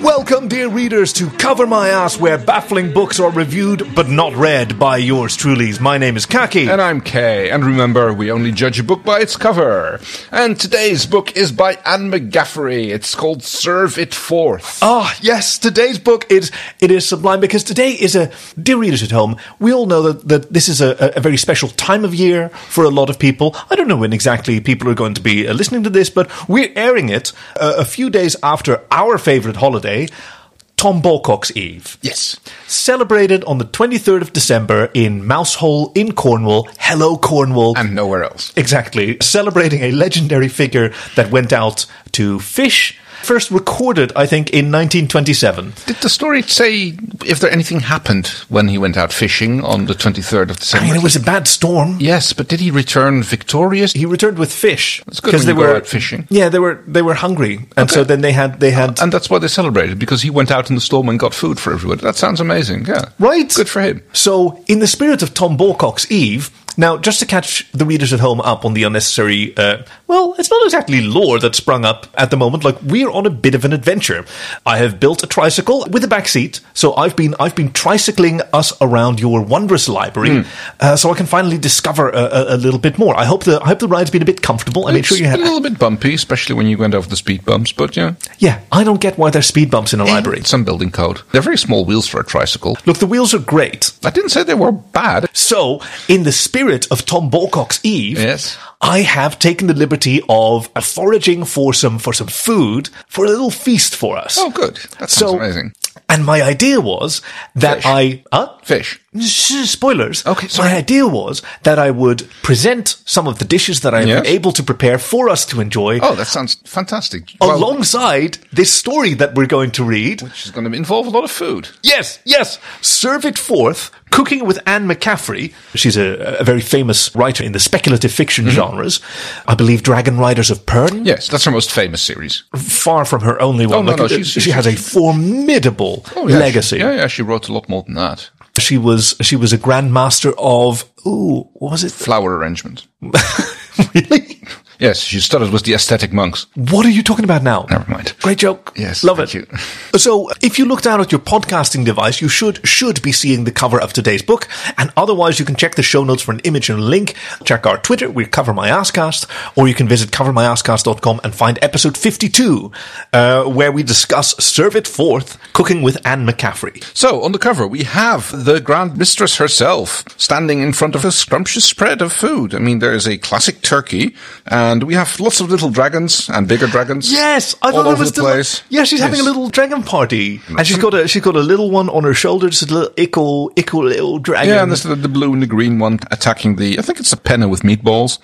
Welcome, dear readers, to Cover My Ass, where baffling books are reviewed but not read by yours truly. My name is Kaki. And I'm Kay, and remember, we only judge a book by its cover. And today's book is by Anne McGaffery. It's called Serve It Forth. Ah, yes, today's book is it is sublime because today is a dear readers at home. We all know that, that this is a, a- a very special time of year for a lot of people. I don't know when exactly people are going to be uh, listening to this, but we're airing it uh, a few days after our favorite holiday, Tom Balcock's Eve. Yes. Celebrated on the 23rd of December in Mousehole in Cornwall. Hello, Cornwall. And nowhere else. Exactly. Celebrating a legendary figure that went out to fish. First recorded, I think, in 1927. Did the story say if there anything happened when he went out fishing on the 23rd of I mean, December? it was a bad storm. yes, but did he return victorious? He returned with fish It's good when they you go were out fishing. Yeah, they were they were hungry, and so then they had they had And that's why they celebrated, because he went out in the storm and got food for everyone. That sounds amazing, yeah. Right. Good for him. So, in the spirit of Tom Balcock's Eve, now just to catch the readers at home up on the unnecessary, uh, well, it's not exactly lore that sprung up at the moment. Like we're on a bit of an adventure. I have built a tricycle with a back seat, so I've been I've been tricycling us around your wondrous library, uh, so I can finally discover a, a, a little bit more. I hope the I hope the ride's been a bit comfortable. I made it's sure you a had. little bit bumpy, especially when you went over the speed bumps, but yeah. Yeah, I don't get why there's speed bumps in Eh. a library. Some building code. They're very small wheels for a tricycle. Look, the wheels are great. I didn't say they were bad. So, in the spirit of Tom Balcock's Eve, Yes. I have taken the liberty of uh, foraging for some for some food for a little feast for us. Oh, good. That sounds So- amazing. And my idea was that Fish. I huh? Fish. Sh- spoilers. Okay, sorry. My idea was that I would present some of the dishes that I have been Yes. able to prepare for us to enjoy. Oh, that sounds fantastic. Well, Alongside this story that we're going to read, which is going to involve a lot of food. Yes, yes. Serve it forth. Cooking with Anne McCaffrey. She's a, a very famous writer in the speculative fiction Mm-hmm. genres. I believe Dragon Riders of Pern. Yes, that's her most famous series. Far from her only one. Oh, no, Like, no, uh, she's- she has a formidable Oh, yeah, legacy. She, yeah, yeah, she wrote a lot more than that. She was she was a grandmaster of ooh, what was it? Flower arrangement. really? Yes, she started with the aesthetic monks. What are you talking about now? Never mind. Great joke. Yes, love thank it. So, if you look down at your podcasting device, you should should be seeing the cover of today's book, and otherwise, you can check the show notes for an image and a link. Check our Twitter, we cover my asscast, or you can visit covermyasscast.com and find episode fifty two, uh, where we discuss "Serve It Forth: Cooking with Anne McCaffrey." So, on the cover, we have the Grand Mistress herself standing in front of a scrumptious spread of food. I mean, there is a classic turkey, and we have lots of little dragons and bigger dragons. Yes, I all thought that over was the deli- place. Yeah, she's having a Yes. little dragon party, and she's got a she's got a little one on her shoulder, just a little ickle ickle little dragon. Yeah, and there's the, the blue and the green one attacking the. I think it's a penna with meatballs.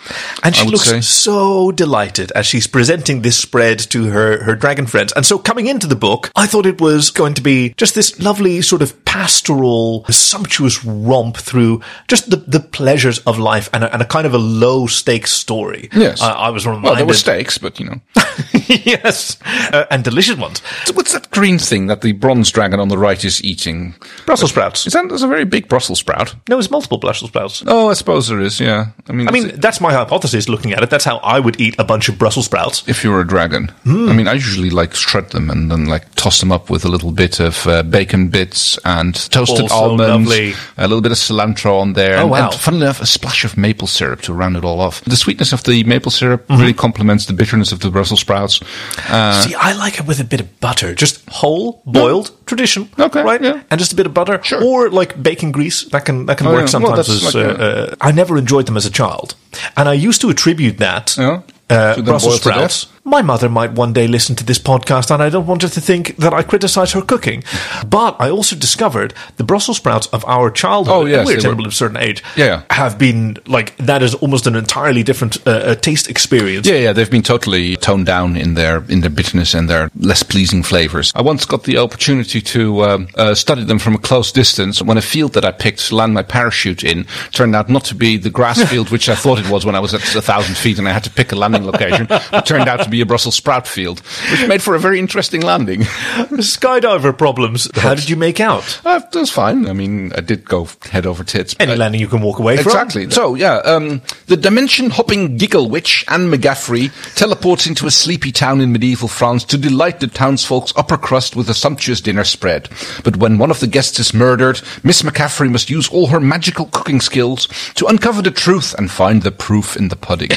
And I she would looks say. so delighted as she's presenting this spread to her, her dragon friends. And so coming into the book, I thought it was going to be just this lovely sort of pastoral, sumptuous romp through just the, the pleasures of life and a, and a kind of a low stakes story. Yes. I, I was reminded. Well, there were steaks, but you know. yes. Uh, and delicious ones. So What's that green thing that the bronze dragon on the right is eating? Brussels sprouts. Is that there's a very big Brussels sprout? Uh, No, it's multiple Brussels sprouts. Oh, I suppose there is. Yeah, I mean, I mean, that's my hypothesis looking at it. That's how I would eat a bunch of Brussels sprouts. if you're a dragon, I mean, I usually like shred them and then like toss them up with a little bit of uh, bacon bits and toasted Also almonds, lovely. a little bit of cilantro on there, Oh, and, wow. and funnily enough, a splash of maple syrup to round it all off. The sweetness of the maple syrup really complements the bitterness of the Brussels sprouts. Uh, See, I like it with a bit of butter, just whole boiled tradition, Okay, right? yeah. And just a bit of butter, Sure. or like bacon grease that can that can Oh, work yeah. sometimes. Well, that's as, like uh, a- uh, I never enjoyed them as a child, and I used to attribute that Yeah. uh, To them Brussels boiled to death. sprouts. My mother might one day listen to this podcast, and I don't want her to think that I criticize her cooking. But I also discovered the Brussels sprouts of our childhood. Oh, and yes, we're they were- terrible of a certain age. Yeah, yeah. have been like that is almost an entirely different uh, uh, taste experience. Yeah, yeah, they've been totally toned down in their in their bitterness and their less pleasing flavors. I once got the opportunity to um, uh, study them from a close distance when a field that I picked to land my parachute in turned out not to be the grass field which I thought it was when I was at a thousand feet and I had to pick a landing location. It turned out to be be a Brussels sprout field, which made for a very interesting landing. Skydiver problems. How did you make out? Uh, that's fine. I mean, I did go head over tits. Any Uh, landing you can walk away from. Exactly. So yeah, um, the dimension hopping giggle witch Anne McGaffrey teleports into a sleepy town in medieval France to delight the townsfolk's upper crust with a sumptuous dinner spread. But when one of the guests is murdered, Miss McCaffrey must use all her magical cooking skills to uncover the truth and find the proof in the pudding.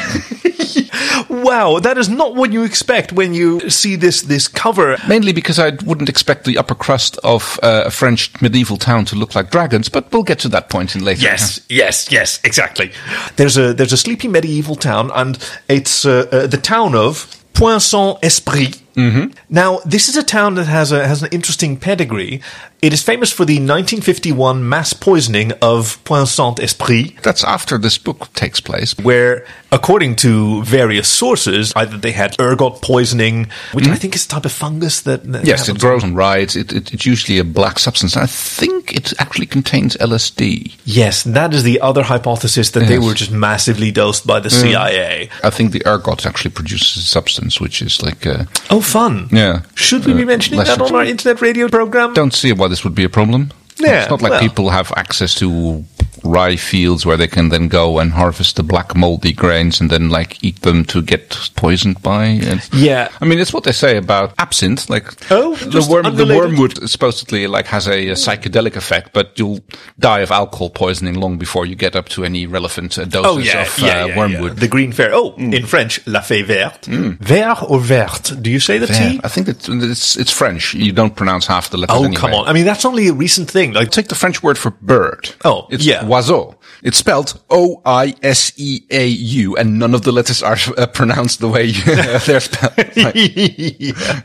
Wow, that is not what you expect when you see this this cover. Mainly because I wouldn't expect the upper crust of uh, a French medieval town to look like dragons, but we'll get to that point in later. Yes, yes, yes, exactly. There's a there's a sleepy medieval town, and it's uh, uh, the town of Poinçon Esprit. Mm-hmm. Now, this is a town that has a has an interesting pedigree. It is famous for the 1951 mass poisoning of Poinçon Esprit, That's after this book takes place. where, according to various sources, either they had ergot poisoning, which I think is a type of fungus that, that Mm-hmm. Yes, it happens. grows on rides. It, it, it's usually a black substance. I think it actually contains LSD. yes, that is the other hypothesis that they Yes. Mm. were just massively dosed by the CIA. I think the ergot actually produces a substance which is like. Uh, Oh, fun. Yeah. Should we be Uh, mentioning less that on than- our internet radio program? don't see why this would be a problem. Yeah, it's not like well. people have access to rye fields where they can then go and harvest the black moldy grains and then like eat them to get poisoned by. And Yeah. I mean it's what they say about absinthe. Like Oh, the just worm, the unrelated. wormwood supposedly like has a, a psychedelic effect, but you'll die of alcohol poisoning long before you get up to any relevant uh, Oh, doses of uh, wormwood. Mm. The green fair. Oh, in French, la fée verte. Vert or verte? Do you say the Yeah, T? I think it's, it's it's French. You don't pronounce half the letters. Oh, anyway. come on. I mean, that's only a recent thing. Like, Take the French word for bird. Oh, it's yeah. Oiseau. It's spelled O I S E A U, and none of the letters are uh, pronounced the way you, they're spelled. Like,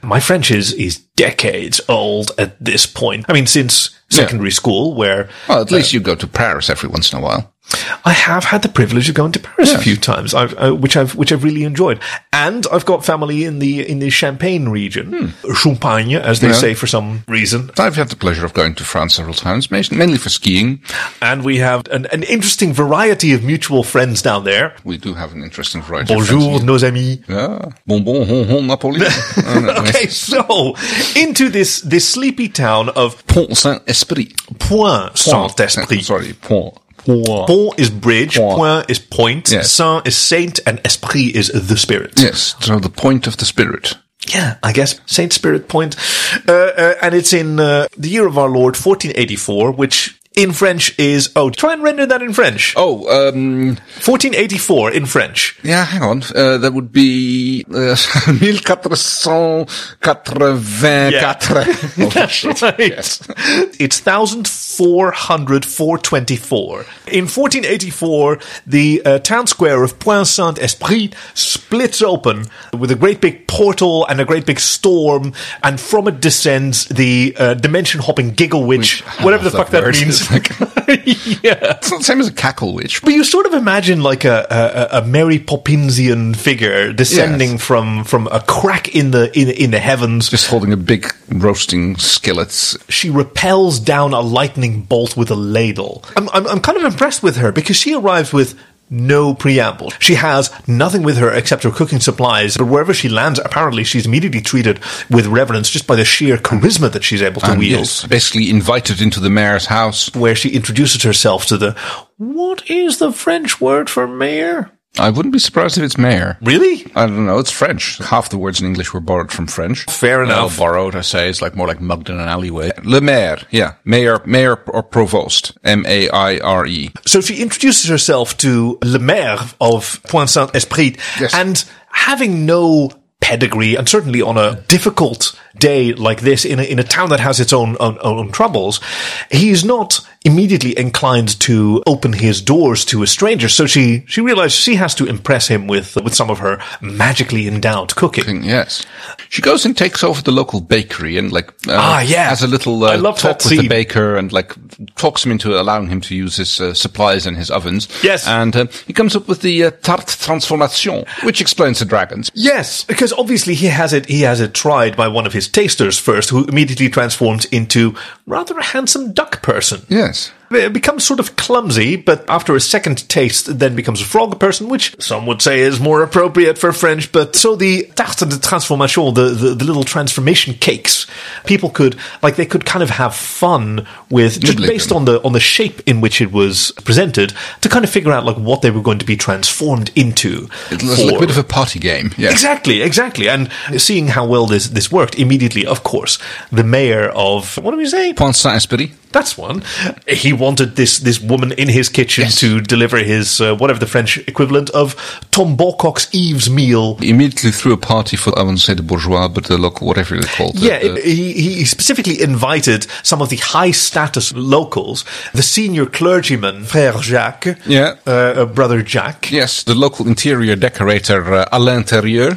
my French is, is decades old at this point. I mean, since secondary school, where well, at least you go to Paris every once in a while. I have had the privilege of going to Paris a few times, I've, uh, which I've which I've really enjoyed, and I've got family in the in the Champagne region, Champagne, as they Hmm. Yeah. say for some reason. I've had the pleasure of going to France several times, ma- mainly for skiing. And we have an, an interesting variety of mutual friends down there. We do have an interesting variety. of Bonjour, friends here. nos amis. Yeah. Bonbon, hon, hon, Napoleon. Oh, no, Okay, so into this this sleepy town of Pont Saint Esprit. Point Saint Esprit. Sorry, Pont. Pont. Pont is bridge, Point. point is point, Yes. saint is saint, and esprit is the spirit. Yes, so the point of the spirit. yeah, I guess Saint Spirit Point, uh, uh, and it's in uh, the year of our Lord 1484, which in French is oh, try and render that in French. Oh, um, 1484 in French. Yeah, hang on. Uh, that would be uh, 1484. Holy shit. Yes. It's 1400 424. In 1484, the uh, town square of Point Saint Esprit splits open with a great big portal and a great big storm, and from it descends the uh, dimension hopping giggle witch, I whatever the love fuck that, that word. means. It's yeah. It's not the same as a cackle witch. But you sort of imagine like a, a, a Mary Poppinsian figure descending from, from a crack in the in, in the heavens. Just holding a big roasting skillet. She repels down a lightning bolt with a ladle. I'm, I'm, I'm kind of impressed with her because she arrives with no preamble. She has nothing with her except her cooking supplies, but wherever she lands, apparently she's immediately treated with reverence just by the sheer charisma that she's able to And wield. yes, basically invited into the mayor's house. Where she introduces herself to the, what is the French word for mayor? I wouldn't be surprised if it's mayor. Really? I don't know. It's French. Half the words in English were borrowed from French. Fair enough. Well, borrowed, I say. It's like more like mugged in an alleyway. Le maire. Yeah. Mayor, mayor or provost. M-A-I-R-E. So she introduces herself to Le Maire of Point Saint Esprit, Yes. and having no pedigree, and certainly on a difficult day like this in a, in a town that has its own, own own troubles, he is not immediately inclined to open his doors to a stranger. So she she realizes she has to impress him with with some of her magically endowed cooking. Yes, she goes and takes over the local bakery and like uh, Ah, yeah. has a little uh, I loved talk that with the scene. baker and like talks him into allowing him to use his uh, supplies and his ovens. Yes. and uh, he comes up with the uh, tarte transformation, which explains the dragons. Yes, because obviously he has it he has it tried by one of his tasters first, who immediately transforms into rather a handsome duck person. Yes. It becomes sort of clumsy, but after a second taste, then becomes a frog person, which some would say is more appropriate for French. But so the tarte de transformation, the, the, the little transformation cakes, people could, like, they could kind of have fun with, just Nibbling based them. on the, on the shape in which it was presented, to kind of figure out, like, what they were going to be transformed into. It was like a for- bit of a party game. Yeah. Exactly, exactly. And seeing how well this, this worked, immediately, of course, the mayor of, what do we say? Pont Saint-Esprit. That's one. He wanted this this woman in his kitchen Yes. to deliver his uh, whatever the French equivalent of Tom Borcock's Eve's meal. He immediately threw a party for, I wouldn't say the bourgeois, but the local, whatever they're called. Uh, the- Yeah, the- he, he specifically invited some of the high status locals, the senior clergyman Frère Jacques, Yeah. uh, uh, brother Jacques. yes, the local interior decorator, uh, Alain Terrier.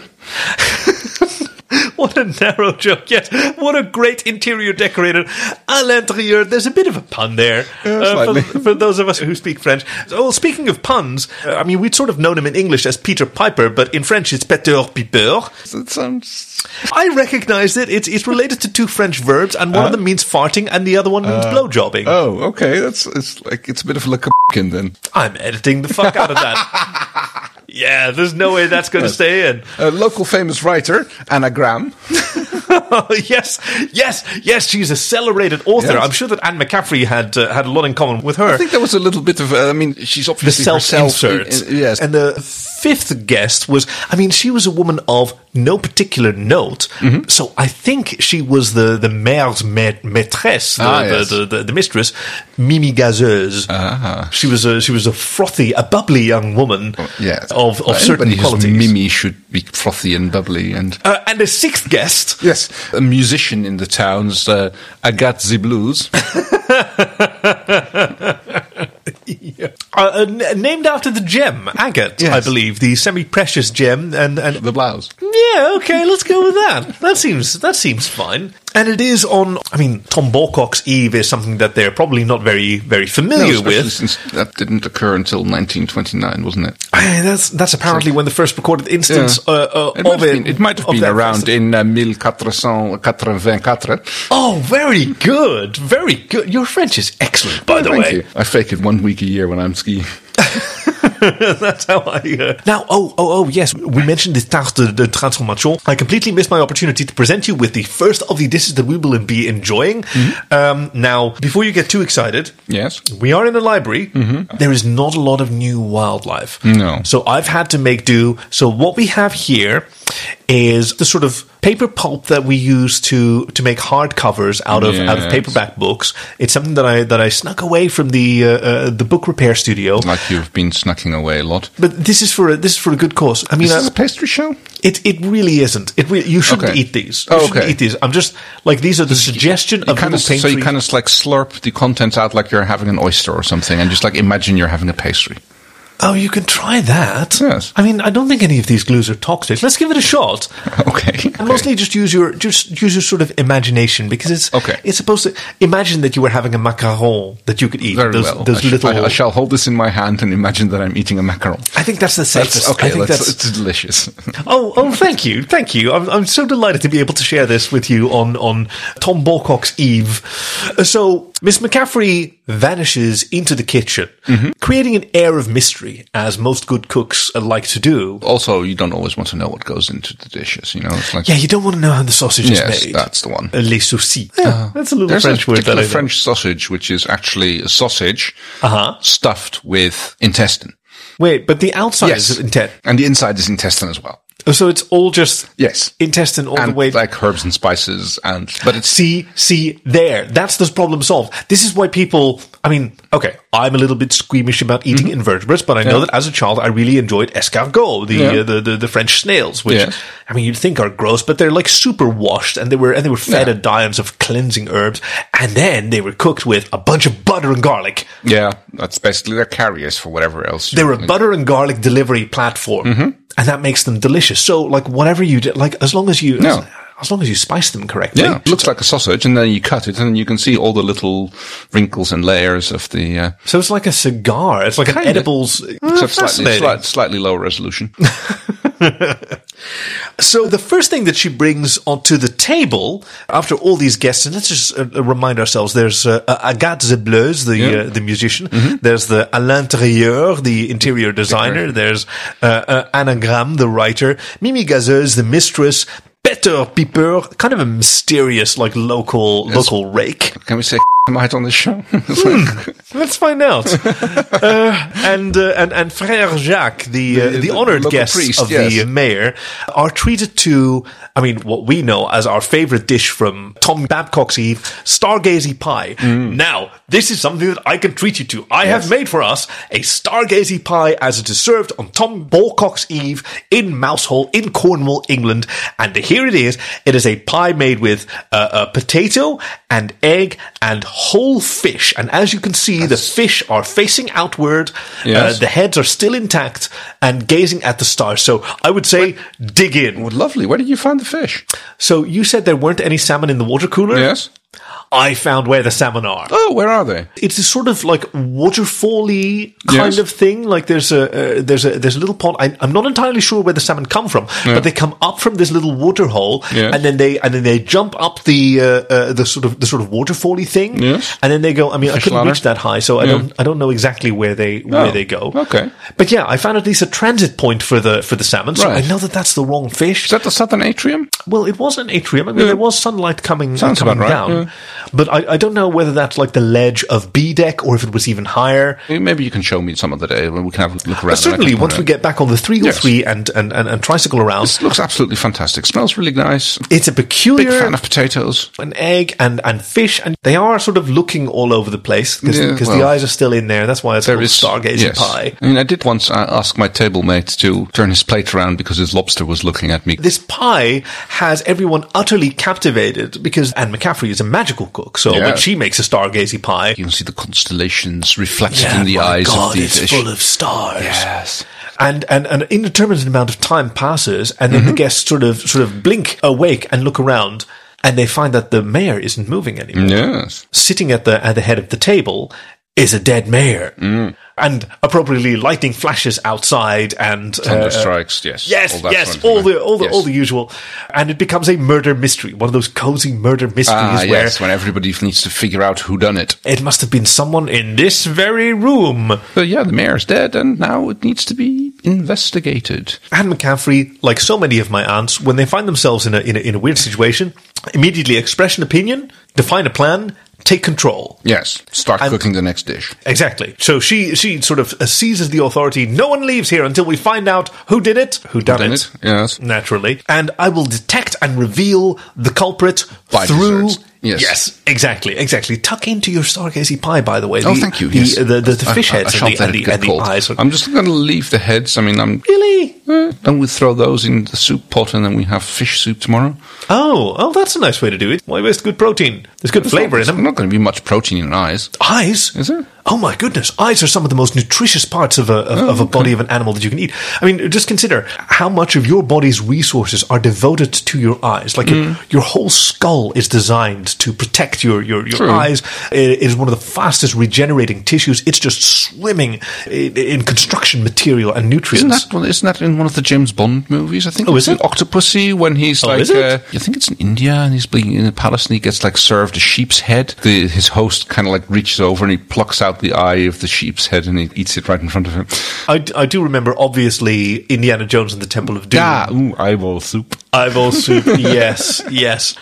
What a narrow joke! Yes, what a great interior decorator, à l'intérieur. There's a bit of a pun there uh, for, slightly. for those of us who speak French. So, well, speaking of puns, uh, I mean, we'd sort of known him in English as Peter Piper, but in French it's Peter Piper. That sounds. I recognized it. It's it's related to two French verbs, and one of them means farting, and the other one means blowjobbing. Oh, okay. That's it's like it's a bit of a look then. I'm editing the fuck out of that. yeah, there's no way that's going to stay in. A local famous writer, Anna Graham. yes, yes, yes. She's a celebrated author. Yes. I'm sure that Anne McCaffrey had uh, had a lot in common with her. I think there was a little bit of. Uh, I mean, she's the obviously self inserts. herself in- in- yes, And the fifth guest was, I mean, she was a woman of no particular note. Mm-hmm. So I think she was the, the mayor's ma- maîtresse, the, Ah, the- yes. Ah. the, the, the mistress, Mimi Gazeuse. She was a, she was a frothy, a bubbly young woman yes. of, of Oh, Anybody certain who's qualities. Mimi should be frothy and bubbly and. Uh, and the sixth guest, Yes, a musician in the town's uh, Agathe the Blues. uh, uh, n- named after the gem, agate, I Yes. believe, the semi-precious gem, and, and the blouse. Yeah, okay, let's go with that. That seems that seems fine. And it is on. I mean, Tom Borcock's Eve is something that they're probably not very very familiar especially with. since that didn't occur until 1929, wasn't it? Eh, That's that's apparently when the first recorded instance Yeah. uh, uh, it, might of have been, it. it might have of been that around festival. in uh, 1484. Oh, very good, very good. Your French is excellent, by the Thank way. you. I fake it one week a year when I'm skiing. That's how I. Uh... Now, oh, oh, oh, yes, we mentioned the Tarte de, de Transformation. I completely missed my opportunity to present you with the first of the dishes that we will be enjoying. Um, now, before you get too excited, Yes. We are in a library. There is not a lot of new wildlife. No. So I've had to make do. So what we have here is the sort of paper pulp that we use to to make hardcovers out of out of Yes. paperback books. It's something that I that I snuck away from the uh, uh, the book repair studio. Like you've been snucking away a lot. But this is for a, this is for a good cause. I mean, Is I- this a pastry show? it it really isn't. It re- you shouldn't Okay. eat these. You Oh, shouldn't okay. eat these. I'm just like these are the suggestion You of kind little of, so you pastries. kind of like slurp the contents out like you're having an oyster or something and just like imagine you're having a pastry. Oh, you can try that. Yes. I mean, I don't think any of these glues are toxic. Let's give it a shot. Okay. And mostly just use your just use your sort of imagination because it's Okay. it's supposed to imagine that you were having a macaron that you could eat. Very those well. those I, sh- little I, I shall hold this in my hand and imagine that I'm eating a macaron. I think that's the safest. That's, okay, I think that's, that's, it's delicious. oh, oh, thank you, thank you. I'm, I'm so delighted to be able to share this with you on on Tom Borcock's Eve. Uh, So Miss McCaffrey vanishes into the kitchen, Mm-hmm. creating an air of mystery, as most good cooks uh, like to do. also, you don't always want to know what goes into the dishes. You know, it's like Yeah, you don't want to know how the sausage is yes, made. that's the one. Uh-huh. Uh, Les saucisses. Yeah, that's a little There's French a word that particular I know. French sausage which is actually a sausage Uh-huh. stuffed with intestine. Wait, but the outside is intestine. and the inside is intestine as well. So it's all just Yes, intestine all and the way. like herbs and spices, and but it's see, see, there. That's this problem solved. This is why people. I mean, okay, I'm a little bit squeamish about eating Mm-hmm. invertebrates, but I know that as a child I really enjoyed escargot, the Yeah. uh, the, the the French snails, which Yes. I mean you'd think are gross, but they're like super washed, and they were and they were fed Yeah. a dimes of cleansing herbs, and then they were cooked with a bunch of butter and garlic. yeah, that's basically their carriers for whatever else. They're a butter and garlic delivery platform, Mm-hmm. and that makes them delicious. So, like whatever you do, like as long as you No. as, as long as you spice them correctly, yeah, it looks like a sausage, and then you cut it, and you can see all the little wrinkles and layers of the uh, So it's like a cigar. It's like an Kinda. Mm, edibles. Ah, except slightly, fascinating. slight, slightly lower resolution. So the first thing that she brings onto the table after all these guests, and let's just uh, uh, remind ourselves: there's uh, Agathe Zebleuse, the Yeah. Mm-hmm. uh, the musician. There's the Alain Trieur, the interior designer. There's uh, uh, Anna Graham, the writer. Mimi Gazeuse, the mistress. Peter Piper, kind of a mysterious, like local local rake. Can we say might on the show? It's like- Let's find out. uh, and, uh, and and Frère Jacques, the uh, the, The- the honored local guests priest, of yes. the mayor, are treated to, I mean, what we know as our favorite dish from Tom Babcock's Eve, Stargazy Pie. Now, this is something that I can treat you to. I have made for us a Stargazy Pie as it is served on Tom Babcock's Eve in Mousehole in Cornwall, England. And here it is. It is a pie made with uh, a potato and egg and whole fish. And as you can see, the fish are facing outward. Yes. Uh, the heads are still intact and gazing at the stars. So I would say dig in. Lovely. Where did you find the fish? So you said there weren't any salmon in the water cooler? Yes. I found where the salmon are. Oh, where are they? It's a sort of like waterfally kind Yes. of thing. Like there's a uh, there's a there's a little pond. I, I'm not entirely sure where the salmon come from, but they come up from this little water hole, Yes. and then they and then they jump up the uh, uh, the sort of the sort of waterfally thing, Yes. and then they go. I mean, I Fish couldn't ladder. reach that high, so I don't I don't know exactly where they where Oh, they go. okay. but yeah, I found at least a transit point for the for the salmon, so Right. I know that that's the wrong fish. Is that the southern atrium? Well, it was an atrium. I mean, there was sunlight coming Sounds coming about right, down, but I, I don't know whether that's like the ledge of B deck or if it was even higher. Maybe you can show me some other day when we can have a look around. and I But certainly, can once we point get back on the 303 and, and, and, and tricycle around, out. looks absolutely fantastic. Smells really nice. it's a Big peculiar fan of potatoes. an egg and, and fish, and they are sort of looking all over the place because Yeah, the well, eyes are still in there. That's why it's called stargazing yes. pie. I mean, I did once uh, ask my table mate to turn his plate around because his lobster was looking at me. This pie has everyone utterly captivated because Anne McCaffrey is a magical cook. So Yeah. when she makes a stargazy pie, You can see the constellations reflected in the my eyes God, of the it's fish. full of stars. yes. and, and an indeterminate amount of time passes, and Mm-hmm. then the guests sort of sort of blink awake and look around, and they find that the mayor isn't moving anymore. Yes. Sitting at the at the head of the table is a dead mayor, Mm. and appropriately, lightning flashes outside, and uh, Thunder strikes. Yes. yes, that yes, sort of all thing. the all the Yes. all the usual, and it becomes a murder mystery, one of those cozy murder mysteries Ah, where yes, when everybody needs to figure out who done it. it must have been someone in this very room. But yeah, the mayor's dead, and now it needs to be investigated. Anne McCaffrey, like so many of my aunts, when they find themselves in a, in a, in a weird situation, immediately express an opinion, define a plan, take control. Yes, start cooking the next dish. Exactly. So she she sort of seizes the authority. No one leaves here until we find out who did it, who done, Done it, it? Yes. naturally. And I will detect and reveal the culprit By through. desserts. Yes. exactly, exactly. Tuck into your stargazy pie, by the way. Oh, the, thank you. The, yes. the, the, the I- fish I- I heads shan't and the, let and it the, get and the cold. eyes. I'm just going to leave the heads. I mean, I'm. really? Eh, Don't we throw those in the soup pot and then we have fish soup tomorrow? Oh, oh, that's a nice way to do it. Why waste good protein? There's good flavor in There's them. not going to be much protein in eyes. Eyes? Is there? Oh my goodness! Eyes are some of the most nutritious parts of a of, Oh, of a body of an animal that you can eat. I mean, just consider how much of your body's resources are devoted to your eyes. Like your, Mm. your whole skull is designed to protect your your, your True. eyes. It is one of the fastest regenerating tissues. It's just swimming in, in construction material and Isn't nutrients. that, one- isn't that in one of the James Bond movies? I think Oh, it's is Oh, in Octopussy when he's like, is it? Uh, I think it's in India and he's being in a palace and he gets like served a sheep's head. The, his host kind of like reaches over and he plucks out the eye of the sheep's head and he eats it right in front of him. I, d- I do remember, obviously, Indiana Jones and the Temple of Doom. Ah, ooh, eyeball soup. Eyeball soup. yes, yes.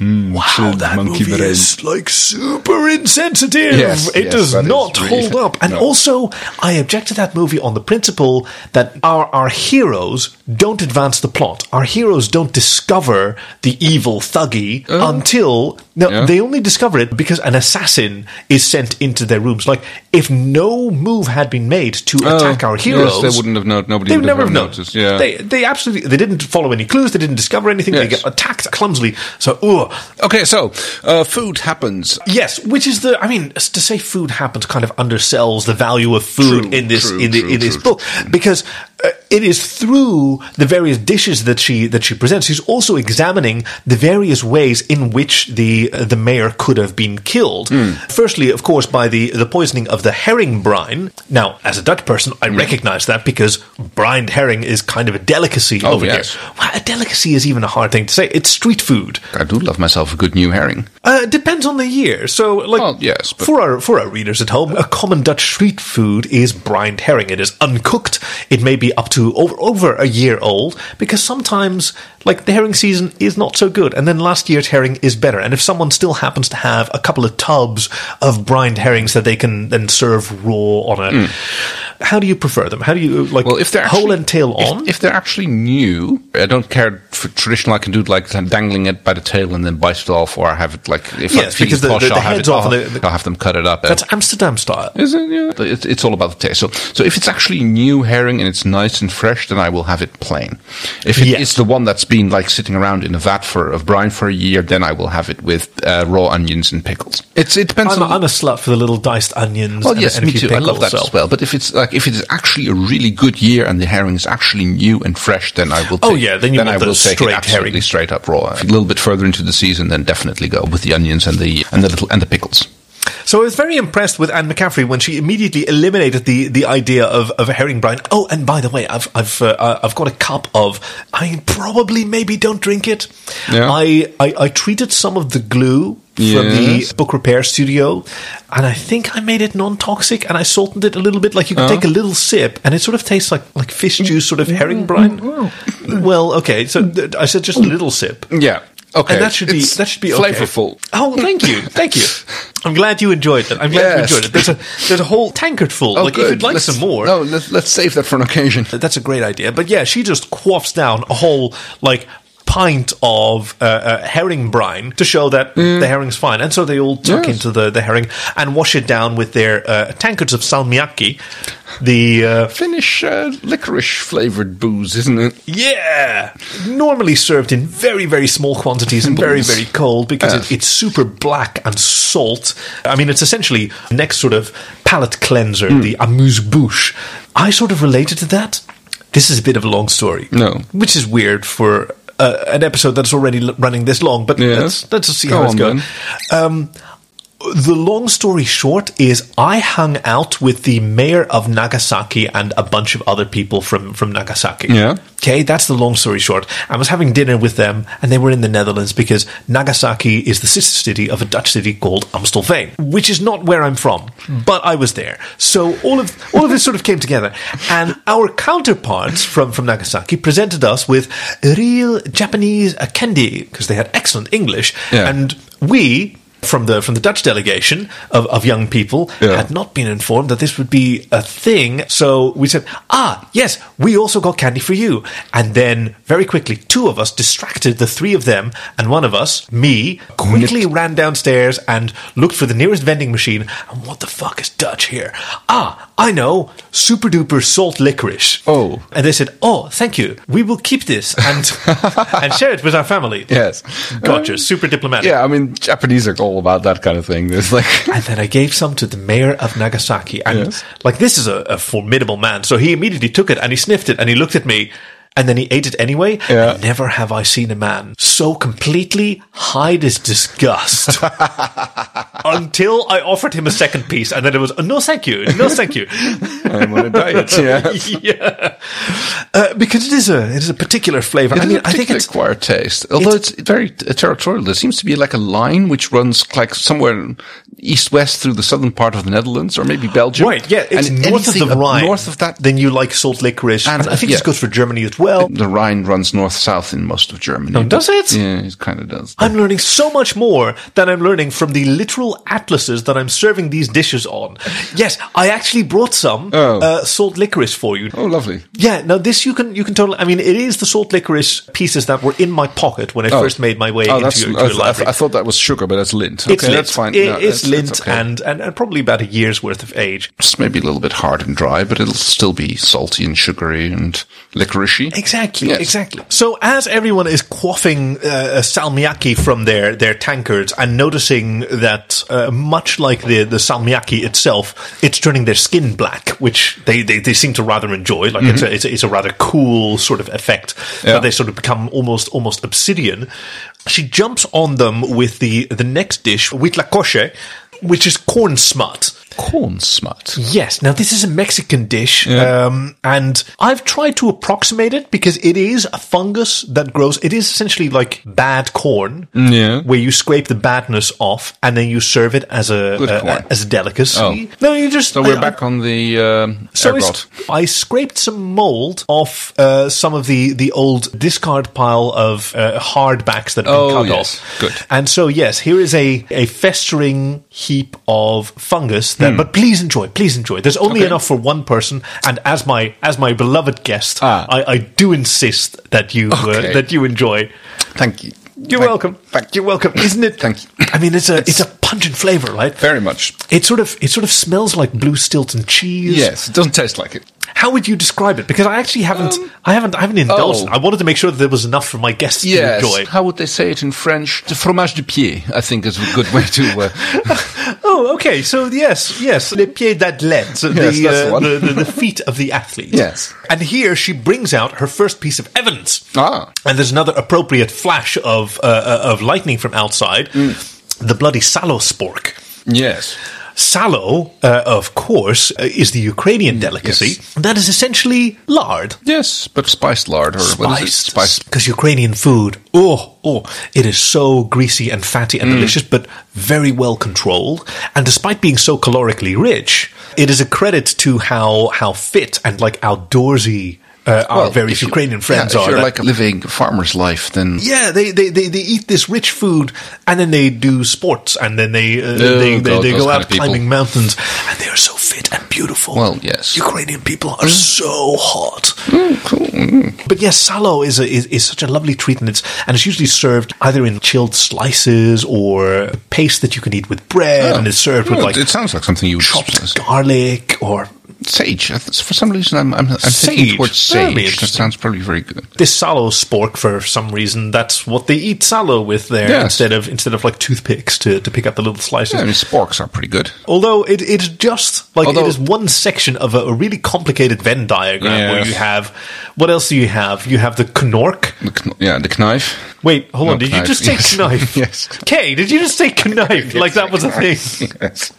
wow, chilled that monkey movie brain. is like super insensitive. Yes, it yes, does that is not really- hold up. And no. also, I object to that movie on the principle that our our heroes don't advance the plot. Our heroes don't discover the evil thuggy until no, Oh. Yeah. they only discover it because an assassin is sent into their rooms. Like if no move had been made to attack our Oh, yes, heroes, they wouldn't have known- nobody They would would have never have noticed. noticed, yeah. They they absolutely they didn't follow any clues. They didn't discover anything. They Yes. get attacked clumsily. So, ugh. Okay, so uh, food happens. yes, which is the I mean s- to say food happens kind of undersells the value of food True, in this true, in the true, in this true, book because uh, it is through the various dishes that she that she presents. She's also examining the various ways in which the uh, the mayor could have been killed. Hmm. Firstly, of course, by the the poisoning of the herring brine. Now, as a Dutch person, I recognize that because brined herring is kind of a delicacy Oh, over yes. here. Well, a delicacy is even a hard thing to say. It's street food. I do love myself a good new herring. Uh, it depends on the year. So, like, Well, yes, but- for our for our readers at home, a common Dutch street food is brined herring. It is uncooked. It may be up to over over a year old because sometimes, like, the herring season is not so good, and then last year's herring is better. And if someone still happens to have a couple of tubs of brined herrings that they can then serve raw on a, how do you prefer them? How do you like? Hmm. Well, if they're whole actually- and tail if- on, if, they're actually new, I don't care for traditional. I can do like dangling it by the tail and then bite it off, or I have it like if Yes, I'm feeling because the- posh, the- the I'll have heads it off I'll, and the- the- I'll have them cut it up. that's Amsterdam style. Is it? Yeah. It's, it's all about the taste. So, so if it's actually new herring and it's nice and fresh, then I will have it plain. If it is Yes. the one that's been like sitting around in a vat for of brine for a year, then I will have it with uh, raw onions and pickles. It's it depends I'm a, on. I'm a slut for the little diced onions. well, and, yes, and a me few too. I love that pickles, so- as well. But if it's like if it is actually a really good year and the herring is actually new and fresh, then I will. Take, Oh, yeah, then you then want I will those take it straight absolutely herring. straight up raw. If a little bit further into the season, then definitely go with the onions and the and the little and the pickles. So I was very impressed with Anne McCaffrey when she immediately eliminated the, the idea of, of herring brine. Oh, and by the way, I've I've uh, uh, I've got a cup of. I probably maybe don't drink it. Yeah. I, I I treated some of the glue from Yes. the book repair studio, and I think I made it non toxic, and I salted it a little bit. Like you can Uh-huh. take a little sip, and it sort of tastes like like fish juice, sort of herring brine. Well, okay, so th- I said just a little sip. Yeah. Okay. And that should be It's that should be okay. flavorful. Oh, thank you, thank you. I'm glad you enjoyed that. I'm glad Yes. you enjoyed it. There's a there's a whole tankard full. like if you'd like Oh, Let's- some more, No, let's, let's save that for an occasion. that's a great idea. But yeah, she just quaffs down a whole like pint of uh, uh, herring brine to show that the herring's fine, and so they all tuck Mm. Yes. into the the herring and wash it down with their uh, tankards of salmiakki. The uh, Finnish uh, licorice flavored booze, isn't it? Yeah, normally served in very very small quantities and very very cold because it, it's super black and salt. I mean, it's essentially the next sort of palate cleanser, Hmm. the amuse bouche. I sort of related to that. This is a bit of a long story. No. which is weird for. Uh, an episode that's already l- running this long, but Yes. let's, let's just see Go how it's on, going. then. Um, the long story short is I hung out with the mayor of Nagasaki and a bunch of other people from, from Nagasaki. Yeah. Okay, that's the long story short. I was having dinner with them and they were in the Netherlands because Nagasaki is the sister city of a Dutch city called Amstelveen, which is not where I'm from, but I was there. So all of all of this sort of came together. And our counterparts from, from Nagasaki presented us with real Japanese uh, candy because they had excellent English Yeah. and we from the from the Dutch delegation of, of young people Yeah. had not been informed that this would be a thing. So we said, "Ah, yes, we also got candy for you." And then very quickly, two of us distracted the three of them, and one of us, me, quickly ran downstairs and looked for the nearest vending machine. And what the fuck is Dutch here? Ah, I know, super duper salt licorice. Oh. and they said, "Oh, thank you. We will keep this and and share it with our family." Yes. Gotcha, Uh, super diplomatic. Yeah, I mean, Japanese are all about that kind of thing. It's like. And then I gave some to the mayor of Nagasaki. And Yes. like, this is a, a formidable man. So he immediately took it and he sniffed it and he looked at me and then he ate it anyway. Yeah. And never have I seen a man so completely hide his disgust until I offered him a second piece. And then it was, "Oh, no, thank you. No, thank you. I'm on a diet. Yeah. yeah. Uh, because it is a, it is a particular flavor. I It is mean, a I think particular it's, acquired taste, although it's, very t- uh, territorial. There seems to be like a line which runs like somewhere east-west through the southern part of the Netherlands, or maybe Belgium. Right, yeah, it's And north of anything the up Rhine. North of that, then you like salt licorice, And, and, I think yeah. it's good for Germany as well. the Rhine runs north-south in most of Germany. Oh, does it? Yeah, it kind of does. I'm learning so much more than I'm learning from the literal atlases that I'm serving these dishes on. Yes, I actually brought some Oh. uh, salt licorice for you. oh, lovely. Yeah, now this this you can you can totally. I mean, it is the salt licorice pieces that were in my pocket when I Oh. first made my way Oh, into that's, your, I, your th- I, th- library. I thought that was sugar, but that's lint. it's okay, lint. that's fine. It- No, it's that's- lint that's okay. and, and and probably about a year's worth of age. It's maybe a little bit hard and dry, but it'll still be salty and sugary and licoricey. Exactly, Yes. exactly. So as everyone is quaffing uh, salmiakki from their, their tankards and noticing that, uh, much like the, the salmiakki itself, it's turning their skin black, which they, they, they seem to rather enjoy. Like it's, a, it's, a, it's a rather cool sort of effect Mm-hmm. Yeah. that they sort of become almost almost obsidian. She jumps on them with the the next dish, witlakoshe, which is corn smut. Corn smut. Yes. Now this is a Mexican dish, um, and I've tried to approximate it because it is a fungus that grows. It is essentially like bad corn, Mm, Yeah. where you scrape the badness off and then you serve it as a, Good a- corn. as a delicacy. Oh. No, you just So we're I- back on the um, so I, ergot. s- I scraped some mold off uh, some of the, the old discard pile of uh, hardbacks that have Oh, been cut yes. off. Good. And so, yes, here is a, a festering heap of fungus. That, But please enjoy, please enjoy. There's only Hmm. Okay. enough for one person. And as my as my beloved guest, Ah. I, I do insist that you Okay. uh, that you enjoy. Thank you. You're Thank- welcome. Thank you. You're welcome. Isn't it? Thank you. I mean, it's a it's, a pungent flavor, right? Very much. It sort of it sort of smells like blue Stilton cheese. Yes, it doesn't taste like it. How would you describe it? Because I actually haven't, I haven't, I haven't indulged. oh. I wanted to make sure that there was enough for my guests Yes. to enjoy. How would they say it in French? The fromage de pied, I think, is a good way to. Uh, Oh, okay. So yes, yes, les pieds d'athlète, so Yes, the, that's the uh, one. the, the, the feet of the athlete. Yes. And here she brings out her first piece of evidence. ah. And there's another appropriate flash of uh, uh, of lightning from outside. Mm. The bloody sallow spork. Yes. Sallow, uh, of course, uh, is the Mm, Ukrainian delicacy that is essentially lard. Yes, but spiced lard or what is it? spiced because Ukrainian food. Oh, oh, it is so greasy and fatty Mm. and delicious, but very well controlled. And despite being so calorically rich, it is a credit to how how fit and like outdoorsy uh, our Well, various if you- Ukrainian yeah, friends if are. you're That- like living a farmer's life, then yeah, they, they, they, they eat this rich food and then they do sports and then they uh, Oh, they, they, God, they those go kind out of people. climbing mountains and they are so fit and beautiful. Well, yes. Mm. Ukrainian people are so hot. But yes, salo is, a, is is such a lovely treat, and it's and it's usually served either in chilled slices or paste that you can eat with bread, and it's served with Oh, Well, like it sounds like something you would chopped garlic or Sage. I th- For some reason, I'm, I'm, I'm Sage. thinking towards That'd be sage. That interesting. sounds probably very good. this sallow spork for some reason. That's what they eat sallow with there Yes. instead of instead of like toothpicks to, to pick up the little slices. Yeah, I mean, sporks are pretty good. Although it, it's just like Although- it is one section of a, a really complicated Venn diagram where Yes. you have what else do you have? You have the Knork. The kn- yeah, the knife. Wait, hold No, on. Did knife, you just say yes. knife? Yes. Kay, did you just say knife? like that was a thing. Yes.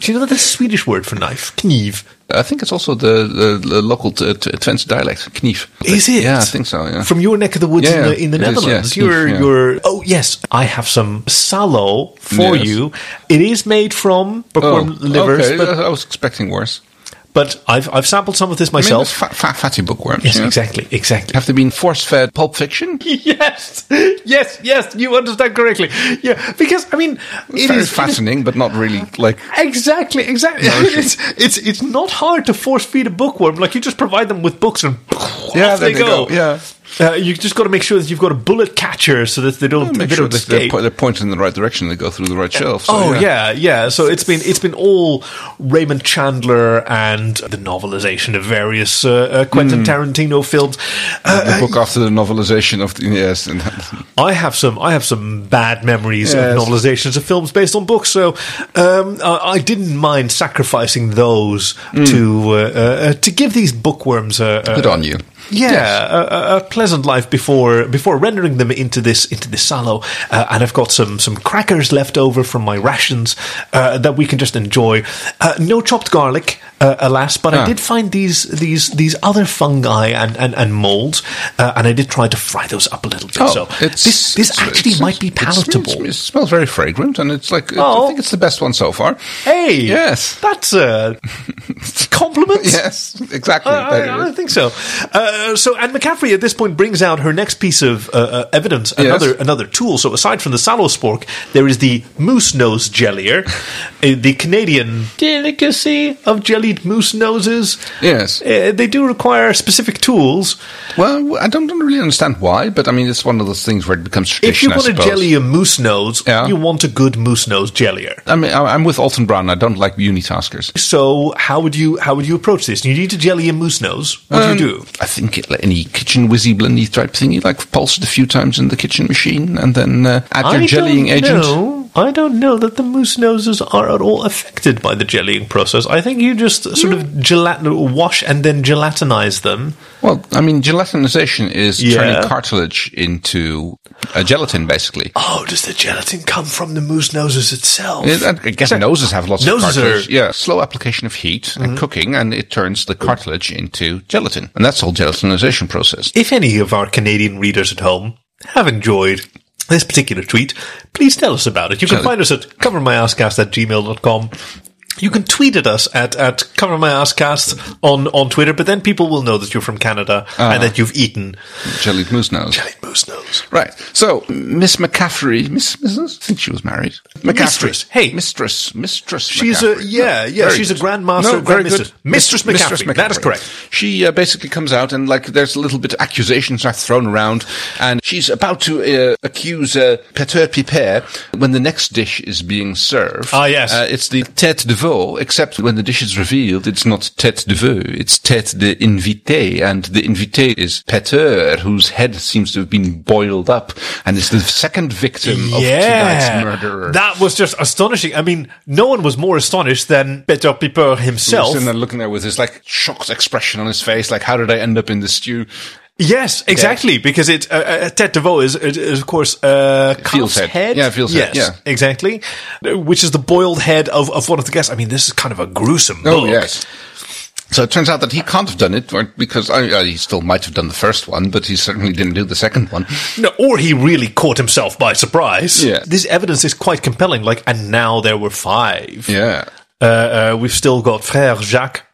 Do you know the Swedish word for knife? Kniv. I think it's also the, the, the local t- t- Twente dialect, knief. Is it? Yeah, I think so, yeah. From your neck of the woods Yeah, in the, in the it is, yes, Netherlands, knief, you're yeah. you're. Oh yes, I have some sallow for Yes. you. It is made from bookworm livers, Oh, okay. but I was expecting worse. but I've I've sampled some of this I mean, it's myself. fa- fa- fatty bookworms. yes, yeah. exactly, exactly. Have they been force-fed pulp fiction? Yes, yes, yes. You understand correctly. Yeah, because I mean, It's it very is it is- fascinating, but not really like. Exactly, exactly. Nourishing. It's, it's it's not hard to force feed a bookworm. Like you just provide them with books and Yeah, off there they, they go. go, yeah. Uh, you just got to make sure that you've got a bullet catcher so that they don't Make they sure don't that they're, escape. po- they're pointed in the right direction. They go through the right shelf. so Oh yeah. yeah, So it's been it's been all Raymond Chandler and the novelization of various uh, uh, Quentin Hmm. Tarantino films. Uh, the book after the novelization of the, yes, and I have some I have some bad memories Yes. of novelizations of films based on books, so um, I, I didn't mind sacrificing those to uh, uh, to give these bookworms a, a good on you. yeah a, a, a pleasant life before before rendering them into this into this sallow. Uh, and I've got some some crackers left over from my rations uh, that we can just enjoy. Uh, no chopped garlic. Uh, alas, but I Ah. did find these these these other fungi and and, and molds, uh, and I did try to fry those up a little bit. so this this Oh, it's- actually it's- might be it smells- palatable. It smells very fragrant, and it's like Oh. I think it's the best one so far. hey, Yes. that's a compliment. Yes, exactly. I, There it I, I is. don't think so. Uh, so, and McCaffrey at this point brings out her next piece of uh, uh, evidence, another another tool. So, aside from the sallow spork, there is the moose nose jellier, uh, the Canadian delicacy of jelly complete moose noses. Yes. Uh, they do require specific tools. Well, I don't really understand why, but I mean, it's one of those things where it becomes tradition. If you I want to suppose. jelly a moose nose, Yeah. you want a good moose nose jellier. I mean, I- I'm with Alton Brown. I don't like unitaskers. So how would you how would you approach this? You need to jelly a moose nose. What Um, do you do? I think it- like any kitchen whizzy blendy type thing, you like pulse it a few times in the kitchen machine and then uh, add your I jellying don't agent. know. I don't know that the moose noses are at all affected by the jellying process. I think you just sort of gelatin wash and then gelatinize them. Well, I mean, gelatinization is Yeah. turning cartilage into a gelatin, basically. Oh, does the gelatin come from the moose noses itself? I I guess noses have lots Noses of are- Mm-hmm. cartilage. Yeah, slow application of heat and cooking, and it turns the cartilage into gelatin, and that's the whole gelatinization process. If any of our Canadian readers at home have enjoyed this particular tweet, please tell us about it. You can Sure. find us at covermyasscast at gmail.com. You can tweet at us at, at covermyasscast on, on Twitter, but then people will know that you're from Canada and that you've eaten Jellied moose nose. Ah. moose nose. Right. So, Miss McCaffrey, Miss, Mrs. I think she was married. McCaffrey. Mistress. Hey. mistress, mistress. She's a- McCaffrey. yeah, yeah, very she's a good. grandmaster, very grandmistress. good. Mistress McCaffrey. That is correct. She uh, basically comes out and like there's a little bit of accusations are thrown around, and she's about to uh, accuse uh, Peter Piper when the next dish is being served. Ah, yes. Uh, it's the tête de veau, except when the dish is revealed, it's not tête de veau, it's tête de invité, and the invité is Peter, whose head seems to have been boiled up, and is the second victim of tonight's murderer. That was just astonishing. I mean, no one was more astonished than Peter Piper himself. And then looking there with his like shocked expression on his face, like how did I end up in the stew? Yes, exactly, because it uh, uh, tête de veau is, is, is, of course uh, calf's Feels head. head. Yeah, feels head, yes, yeah. exactly, Uh, which is the boiled head of, of one of the guests. I mean, this is kind of a gruesome. Oh book. yes. So it turns out that he can't have done it, or because I, uh, he still might have done the first one, but he certainly didn't do the second one. No, or he really caught himself by surprise. Yeah. this evidence is quite compelling. Like, and now there were five. Yeah. Uh, uh, we've still got Frère Jacques.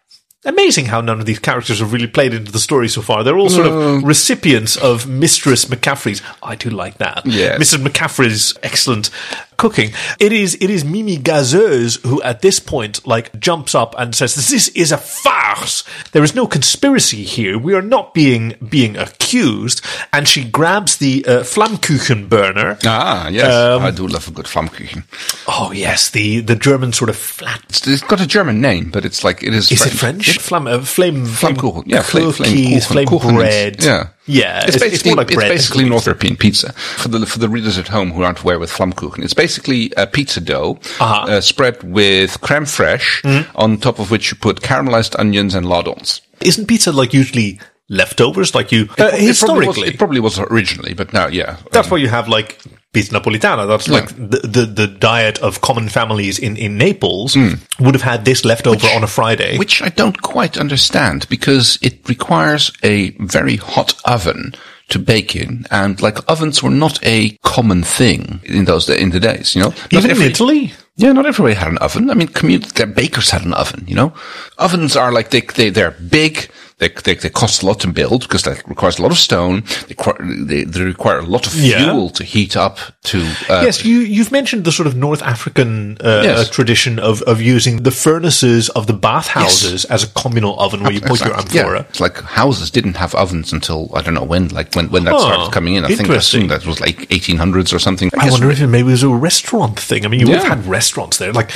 Amazing how none of these characters have really played into the story so far. They're all sort of recipients of Mistress McCaffrey's. I do like that. Yes. Mrs. McCaffrey's excellent cooking. It is it is Mimi Gazeuse who at this point like jumps up and says, This is a farce. There is no conspiracy here. We are not being being accused. And she grabs the uh, Flammkuchen burner. Ah, yes. Um, I do love a good flammkuchen. Oh yes, the the German sort of flat It's, it's got a German name, but it's like it is. Is it French? Flam, uh, flame, flame, Flammkuchen. Yeah, flame, flame, cookies, kuchen, flame kuchen is- bread. yeah. yeah. It's, basically, it's, more like bread. than basically cookies. North European pizza. For the, for the readers at home who aren't aware with flammkuchen, it's basically a pizza dough Uh-huh. Mm-hmm. uh, spread with creme fraiche on top of which you put caramelized onions and lardons. Isn't pizza like usually leftovers? Like you uh, It probably was- historically, it probably was originally, but now, yeah. that's why you have like pizza napolitana. That's like the, the the diet of common families in in Naples would have had this leftover on a Friday. Hmm. which I don't quite understand because it requires a very hot oven to bake in, and like ovens were not a common thing in those da- in the days. You know, Not even every- in Italy, Yeah, not everybody had an oven. I mean, commun- their bakers had an oven. You know, ovens are like they they they're big. They, they, they cost a lot to build because that requires a lot of stone. They, qu- they, they require a lot of Yeah. fuel to heat up to. Uh, yes, you you've mentioned the sort of North African uh, Yes. uh, tradition of of using the furnaces of the bathhouses as a communal oven where you put your Exactly, amphora. Yeah. It's like houses didn't have ovens until I don't know when, like when, when that Oh, started coming in. I think I interesting. assume that was like 1800s or something. I guess- wonder if it maybe was a restaurant thing. I mean, you would Yeah. have had restaurants there. Like,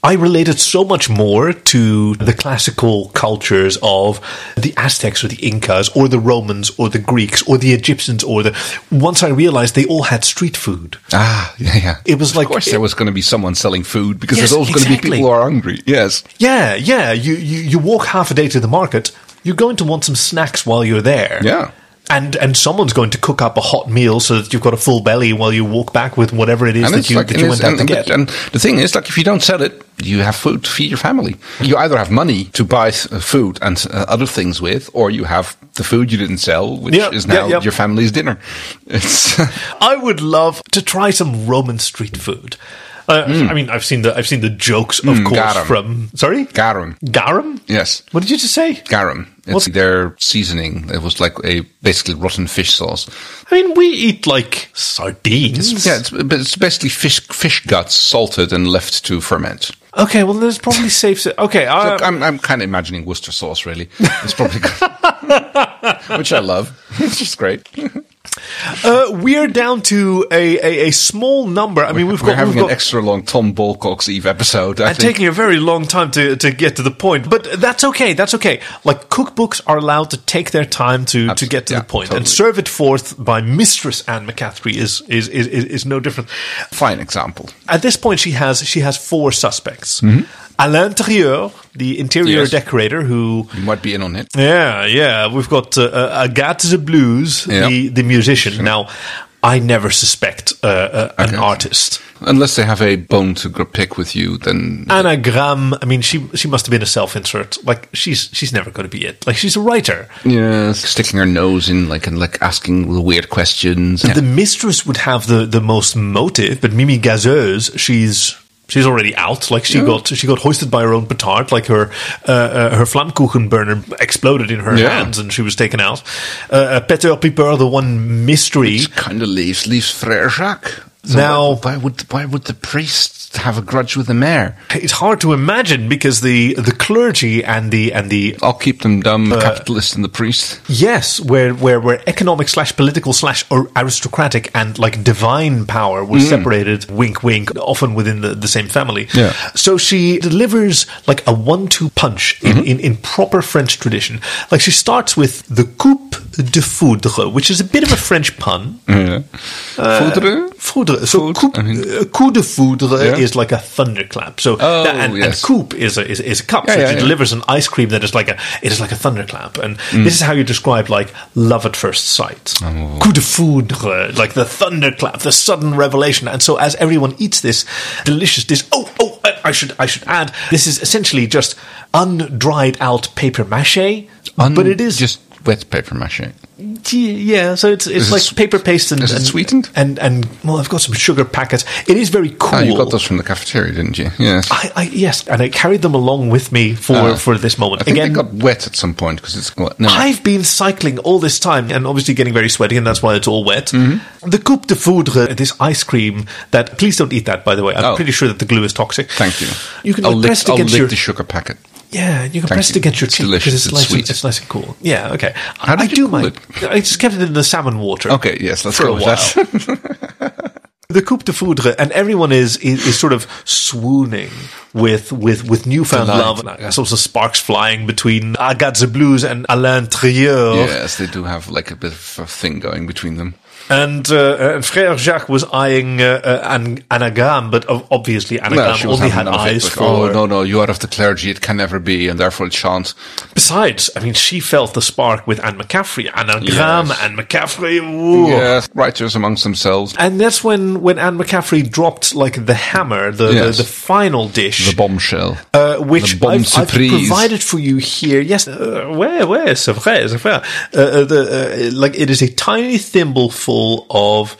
I related so much more to the classical cultures of the Aztecs or the Incas or the Romans or the Greeks or the Egyptians or the. Once I realized they all had street food. Ah, yeah, yeah. It was of like- course there was going to be someone selling food because Yes, there's always going to be exactly. people who are hungry. Yes. Yeah, yeah. You, you, you walk half a day to the market, you're going to want some snacks while you're there. Yeah. And, and someone's going to cook up a hot meal so that you've got a full belly while you walk back with whatever it is And that it's you, like, that and, you it's- went out and, to get. and, the, and the thing is, like, if you don't sell it, you have food to feed your family. You either have money to buy uh, food and uh, other things with, or you have the food you didn't sell, which Yeah, is yeah, now yeah. your family's dinner. It's, I would love to try some Roman street food. Uh, I mean, I've seen the I've seen the jokes, of course, Hmm. garum. from sorry, garum. garum. Yes. What did you just say? garum. It's What's- their seasoning. It was like a basically rotten fish sauce. I mean, we eat like sardines. Yeah, it's, but it's basically fish fish guts salted and left to ferment. Okay, well, there's probably safe. To, okay, uh, I, Look, I'm, I'm kind of imagining Worcester sauce, really. It's probably good. Which I love. It's just great. uh, we're down to a, a, a small number. I mean, we've We're got having we've an got, extra long Tom Balcock's Eve episode. I and think. taking a very long time to, to get to the point. But that's okay. That's okay. Like cookbooks are allowed to take their time to, to Absolutely, get to yeah, the point. and totally. serve it forth by Mistress Anne McCaffrey is is, is, is is no different. Fine example. At this point, she has she has four suspects. Alain Trieur, the interior Mm-hmm. Yes. decorator, who You might be in on it. yeah yeah, we've got uh, uh, Agathe de Blues, Yeah. the the musician. Now, I never suspect uh, uh, an Okay. artist. Unless they have a bone to gr- pick with you, then Anna Graham. I mean, she she must have been a self insert. Like she's she's never going to be it. Like she's a writer. yeah, sticking her nose in, like and like asking the weird questions. The mistress would have the the most motive, but Mimi Gazeuse, she's. She's already out. Like she got, she got hoisted by her own petard. Like her, uh, uh, her flammkuchen burner exploded in her Yeah. hands, and she was taken out. Uh, uh, Peter Piper, the one mystery. kind of leaves leaves Frere Jacques. Now- why, why would why would the priest have a grudge with the mayor? It's hard to imagine because the the clergy and the and the I'll keep them dumb. Uh, The capitalist and the priest. Yes, where where where economic slash political slash ar- aristocratic and like divine power was separated, wink wink, often within the, the same family. Yeah. So she delivers like a one two punch in, in, in proper French tradition. Like she starts with the coupe de foudre, which is a bit of a French pun. Yeah. uh, Foudre? Foudre. So Foudre, coup, I mean. uh, coup de foudre Yeah. is like a thunderclap. So Oh, that- and, yes. and coupe is a is, is a cup. Yeah, so yeah, she yeah. delivers an ice cream that is like a it is like a thunderclap. And Mm. this is how you describe like love at first sight. Oh. Coup de foudre, like the thunderclap, the sudden revelation. And so as everyone eats this delicious dish, oh oh, I, I should I should add, this is essentially just undried out paper mache. Un- but it is just wet paper mache. Gee, Yeah, so it's it's Is it like swe- paper paste and is it and- sweetened? and and well, I've got some sugar packets. It is very cool. Oh, you got those from the cafeteria, didn't you? Yes. I, I yes, and I carried them along with me for Ah. for this moment. I think Again, they got wet at some point because it's no, I've been cycling all this time and obviously getting very sweaty, and that's why it's all wet. Mm-hmm. The coupe de foudre, this ice cream that please don't eat that. By the way, I'm Oh. pretty sure that the glue is toxic. Thank you. You can I'll like, lick, press it I'll against lick your the sugar packet. yeah, and you can Thank press it you. against your It's cheek delicious, because it's, it's nice. And, sweet. it's nice and cool. Yeah, okay. How did I you do cool my. it? I just kept it in the salmon water. Okay, yes, let's for go a with while. that. the coupe de foudre, and everyone is is, is sort of swooning with with with newfound Delight. love. And I saw some sparks flying between Agathe Blues and Alain Trieur, yes, they do have like a bit of a thing going between them. and uh, uh, Frère Jacques was eyeing uh, uh, An- Anagam, but o- obviously Well, Anagam she was only um, having had none of it, eyes but, for. Oh no, no, you are of the clergy; it can never be, and therefore it shan't. Besides, I mean, she felt the spark with Anne McCaffrey, Anagam, Yes. Anne McCaffrey. Ooh. Yes, writers amongst themselves, And that's when, when Anne McCaffrey dropped like the hammer, the, Yes. the, the final dish, the bombshell. uh, which the bomb I've, I've surprise. provided for you here. Yes, uh, where, where, c'est vrai, c'est vrai. Uh, uh, the, uh, like it is a tiny thimbleful of.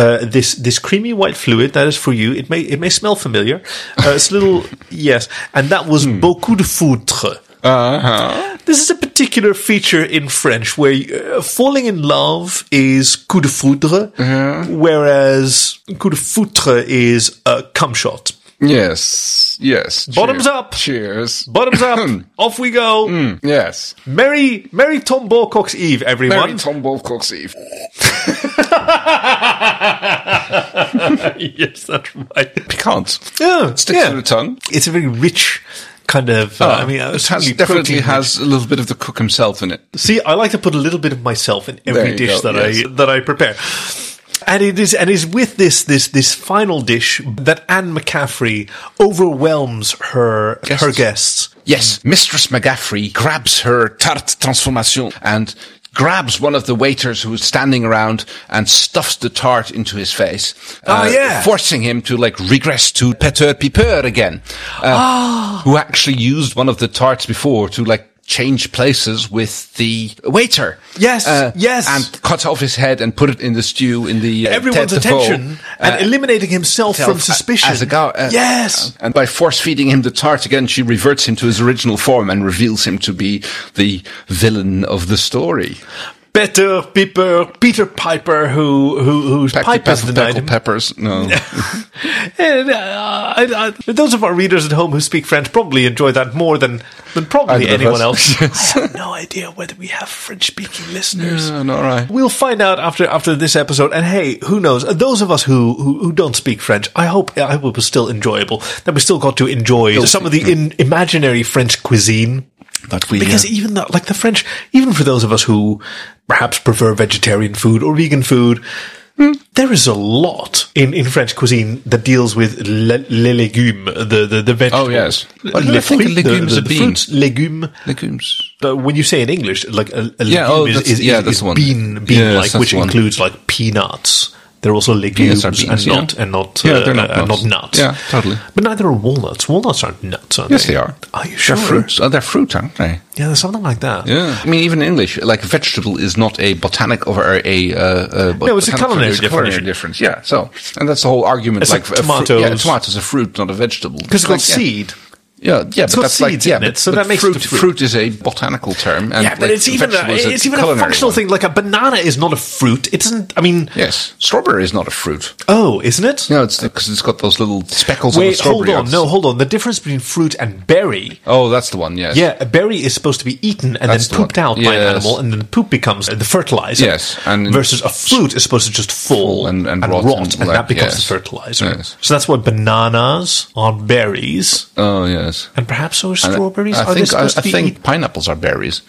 Uh, this this creamy white fluid that is for you. It may it may smell familiar. Uh, it's a little yes, and that was Hmm. beaucoup de foutre. Uh-huh. This is a particular feature in French where uh, falling in love is coup de foudre, Uh-huh. whereas coup de foutre is a cum shot. Yes, yes. Bottoms up. Cheers. Bottoms up, off we go. Hmm. yes. Merry Merry Tom Borcock's Eve, everyone. Mary Tom Wolcock's Eve. yes, that's right. Piquant. Yeah, Sticks yeah. to the tongue. Ah, It's a very rich kind of. Uh, I mean, uh, it has- certainly definitely protein-rich. has a little bit of the cook himself in it. See, I like to put a little bit of myself in There every you dish go, that yes. I that I prepare. And it is and is with this this this final dish that Anne McCaffrey overwhelms her Guests. her guests. Yes, Mistress McGaffrey grabs her tarte transformation and grabs one of the waiters who's standing around and stuffs the tart into his face. uh, Oh, yeah. Forcing him to like regress to Peter Pipeur again. Ah. Uh, Who actually used one of the tarts before to like change places with the waiter. Uh, Yes, yes. And cut off his head and put it in the stew in the uh, Everyone's Tête de Veau, attention and uh, eliminating himself from himself a- suspicion. As a go- uh, yes. uh, and by force feeding him the tart again, she reverts him to his original form and reveals him to be the villain of the story. Peter Piper, Peter Piper, who who whose Peck- pipe is peck- denied peckled him. peppers. No. And, uh, I, I, those of our readers at home who speak French probably enjoy that more than than probably Either of anyone us. else. I have no idea whether we have French speaking listeners. no, no, all right. We'll find out after after this episode. And hey, who knows? Uh, Those of us who who, who don't speak French, I hope I hope it was still enjoyable. That we still got to enjoy some of the in, imaginary French cuisine. That we Because uh, even though, like the French, even for those of us who perhaps prefer vegetarian food or vegan food, Hmm. there is a lot in, in French cuisine that deals with le, les légumes, the, the, the vegetables. Oh, yes. Le- But le I think a fruit, the- legume is the- a the bean. Fruits, légumes. legumes. Uh, when you say in English, like a, a Yeah, legume oh, is, that's- is, yeah, is- that's is the one. bean, bean Yes, like, that's which the one. includes like peanuts. They're also legumes Peanuts are and beans, not yeah. and not Yeah, uh, they're not and nuts. not nuts. Yeah, totally. But neither are walnuts. Walnuts aren't nuts, are Yes, they? they are. Are you sure? They're fruits. Oh, they're fruit, aren't they? Yeah, there's something like that. Yeah. I mean, even in English, like vegetable is not a botanic or a. Uh, uh, No, it's a culinary definition. difference. Yeah. So, and that's the whole argument. It's like like a fru- yeah, tomatoes. tomatoes a fruit, not a vegetable. Because it's like, got yeah. seed. Yeah, yeah, but got that's seeds like yeah, in it, but, so but that makes fruit, it fruit. is a botanical term, and yeah, but like, it's even a, vegetable is it's even a culinary functional one. thing. Like a banana is not a fruit. It doesn't. I mean, Yes, strawberry is not a fruit. oh, isn't it? No, it's because it's got those little speckles on the Wait, hold strawberry. on. No, hold on. The difference between fruit and berry. Oh, that's the one. Yes. Yeah, a berry is supposed to be eaten and That's the then pooped one. out by an Yes. animal, and then the poop becomes the fertilizer. Yes, and- versus a fruit is supposed to just fall Fall and- and rot, rot and, and like- that becomes yes. the fertilizer. Yes. So that's why bananas are berries, Oh, yes. and perhaps so are And I- strawberries. I are they think I, I supposed to be think eat- pineapples are berries.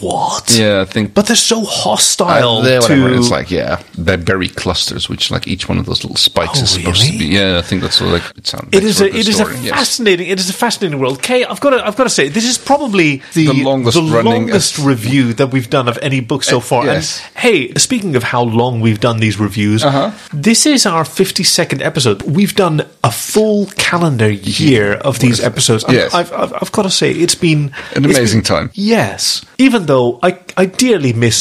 what? Yeah, I think. But they're so hostile Uh, they're whatever. to It's like yeah, they're berry clusters, which like each one of those little spikes Oh, is supposed really? to be. Yeah, I think that's what, like it sounds. It is a sort of it is story, a yes. fascinating it is a fascinating world. Kay, I've got to I've got to say this is probably the, The longest the running- Eh, longest review that we've done of any book so far. yes. Uh-huh. And hey, speaking of how long we've done these reviews, this is our fifty second episode. We've done a full calendar year of these episodes. I've- Yes. I've, I've, I've got to say it's been An it's amazing been- time. Yes, even though I I dearly miss.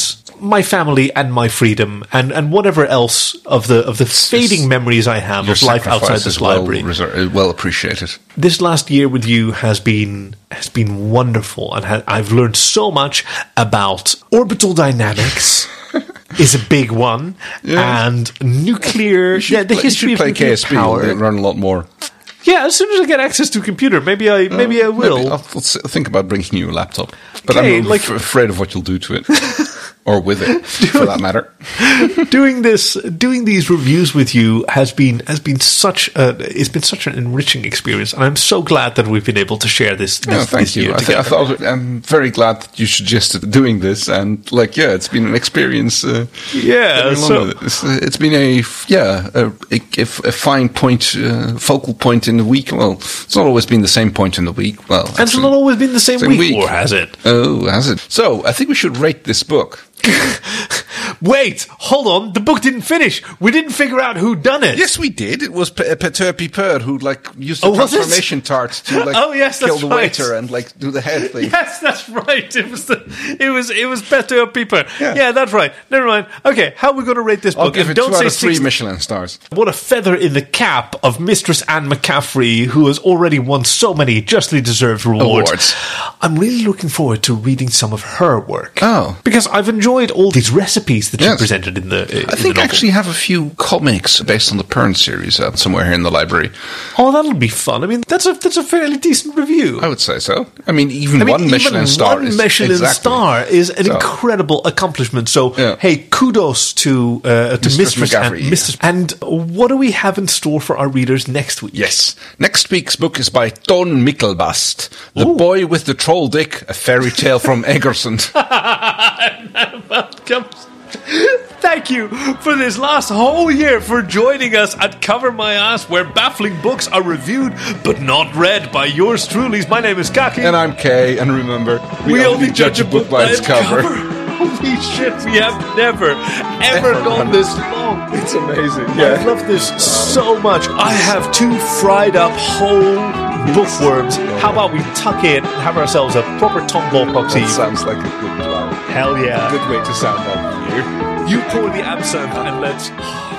My family and my freedom, and, and whatever else of the of the fading memories I have Your of life outside sacrifice this is well library reser- uh, well appreciated. this last year with you has been has been wonderful, and ha- I've learned so much about orbital dynamics. is a big one, Yeah. and nuclear. Yeah, the Like, history you of should play nuclear KSP. power. They run a lot more. Yeah, as soon as I get access to a computer, maybe I maybe I will. Uh, Maybe I'll, I'll s- think about bringing you a laptop, but Okay, I'm like- f- afraid of what you'll do to it, or with it, for that matter. doing this doing these reviews with you has been has been such a it's been such an enriching experience, and I'm so glad that we've been able to share this. this Yeah, this Oh, thank you. year I, th- together. I thought I'm very glad that you suggested doing this, and like, yeah, it's been an experience. Uh, Yeah, going along so- with it. It's, uh, it's been a f- yeah a, a, a f- a fine point, uh, focal point in the week. Well, it's not always been the same point in the week. Well, and it's actually- not always been the same, Same week, week. or has it? Oh, has it? So I think we should rate this book. Wait, hold on. The book didn't finish. We didn't figure out who done it. Yes, we did. It was P- uh, Peter Piper who like used the Oh, was it? transformation tart to like Oh, yes, kill that's the right. waiter and like do the head thing. Yes, that's right. It was the, it was it was Peter Piper. Yeah. Yeah. that's right. Never mind. Okay, how are we going to rate this I'll book? give And it two out of three 60 Michelin stars. What a feather in the cap of Mistress Anne McCaffrey, who has already won so many justly deserved rewards. Awards. I'm really looking forward to reading some of her work. Oh. because I've enjoyed all these recipes that she Yes. presented in the. in I the think I novel. actually have a few comics based on the Pern series out somewhere here in the library. Oh, that'll be fun. I mean, that's a that's a fairly decent review. I would say so. I mean, even I mean, one Michelin even star one is Michelin exactly. star is an So- incredible accomplishment. So, Yeah. hey, kudos to uh, to Mistress Mistress and McGaffrey, yeah. Mistress. And what do we have in store for our readers next week? Yes. Next week's book is by Ton Mikkelbast, The Ooh. Boy with the Troll Dick, a fairy tale from Eggersund. Thank you for this last whole year for joining us at Cover My Ass, where baffling books are reviewed but not read by yours truly. My name is Kaki. and I'm Kay, and remember, we, only, judge, a book by its cover. Holy shit, we have never, ever Never gone run. this long. It's amazing. I love this so much. I have two fried up whole bookworms. How about we tuck in and have ourselves a proper Tom Balcock That eve? sounds like a good plan. Hell yeah. Good way to sound off the year. You pour the absinthe and let's.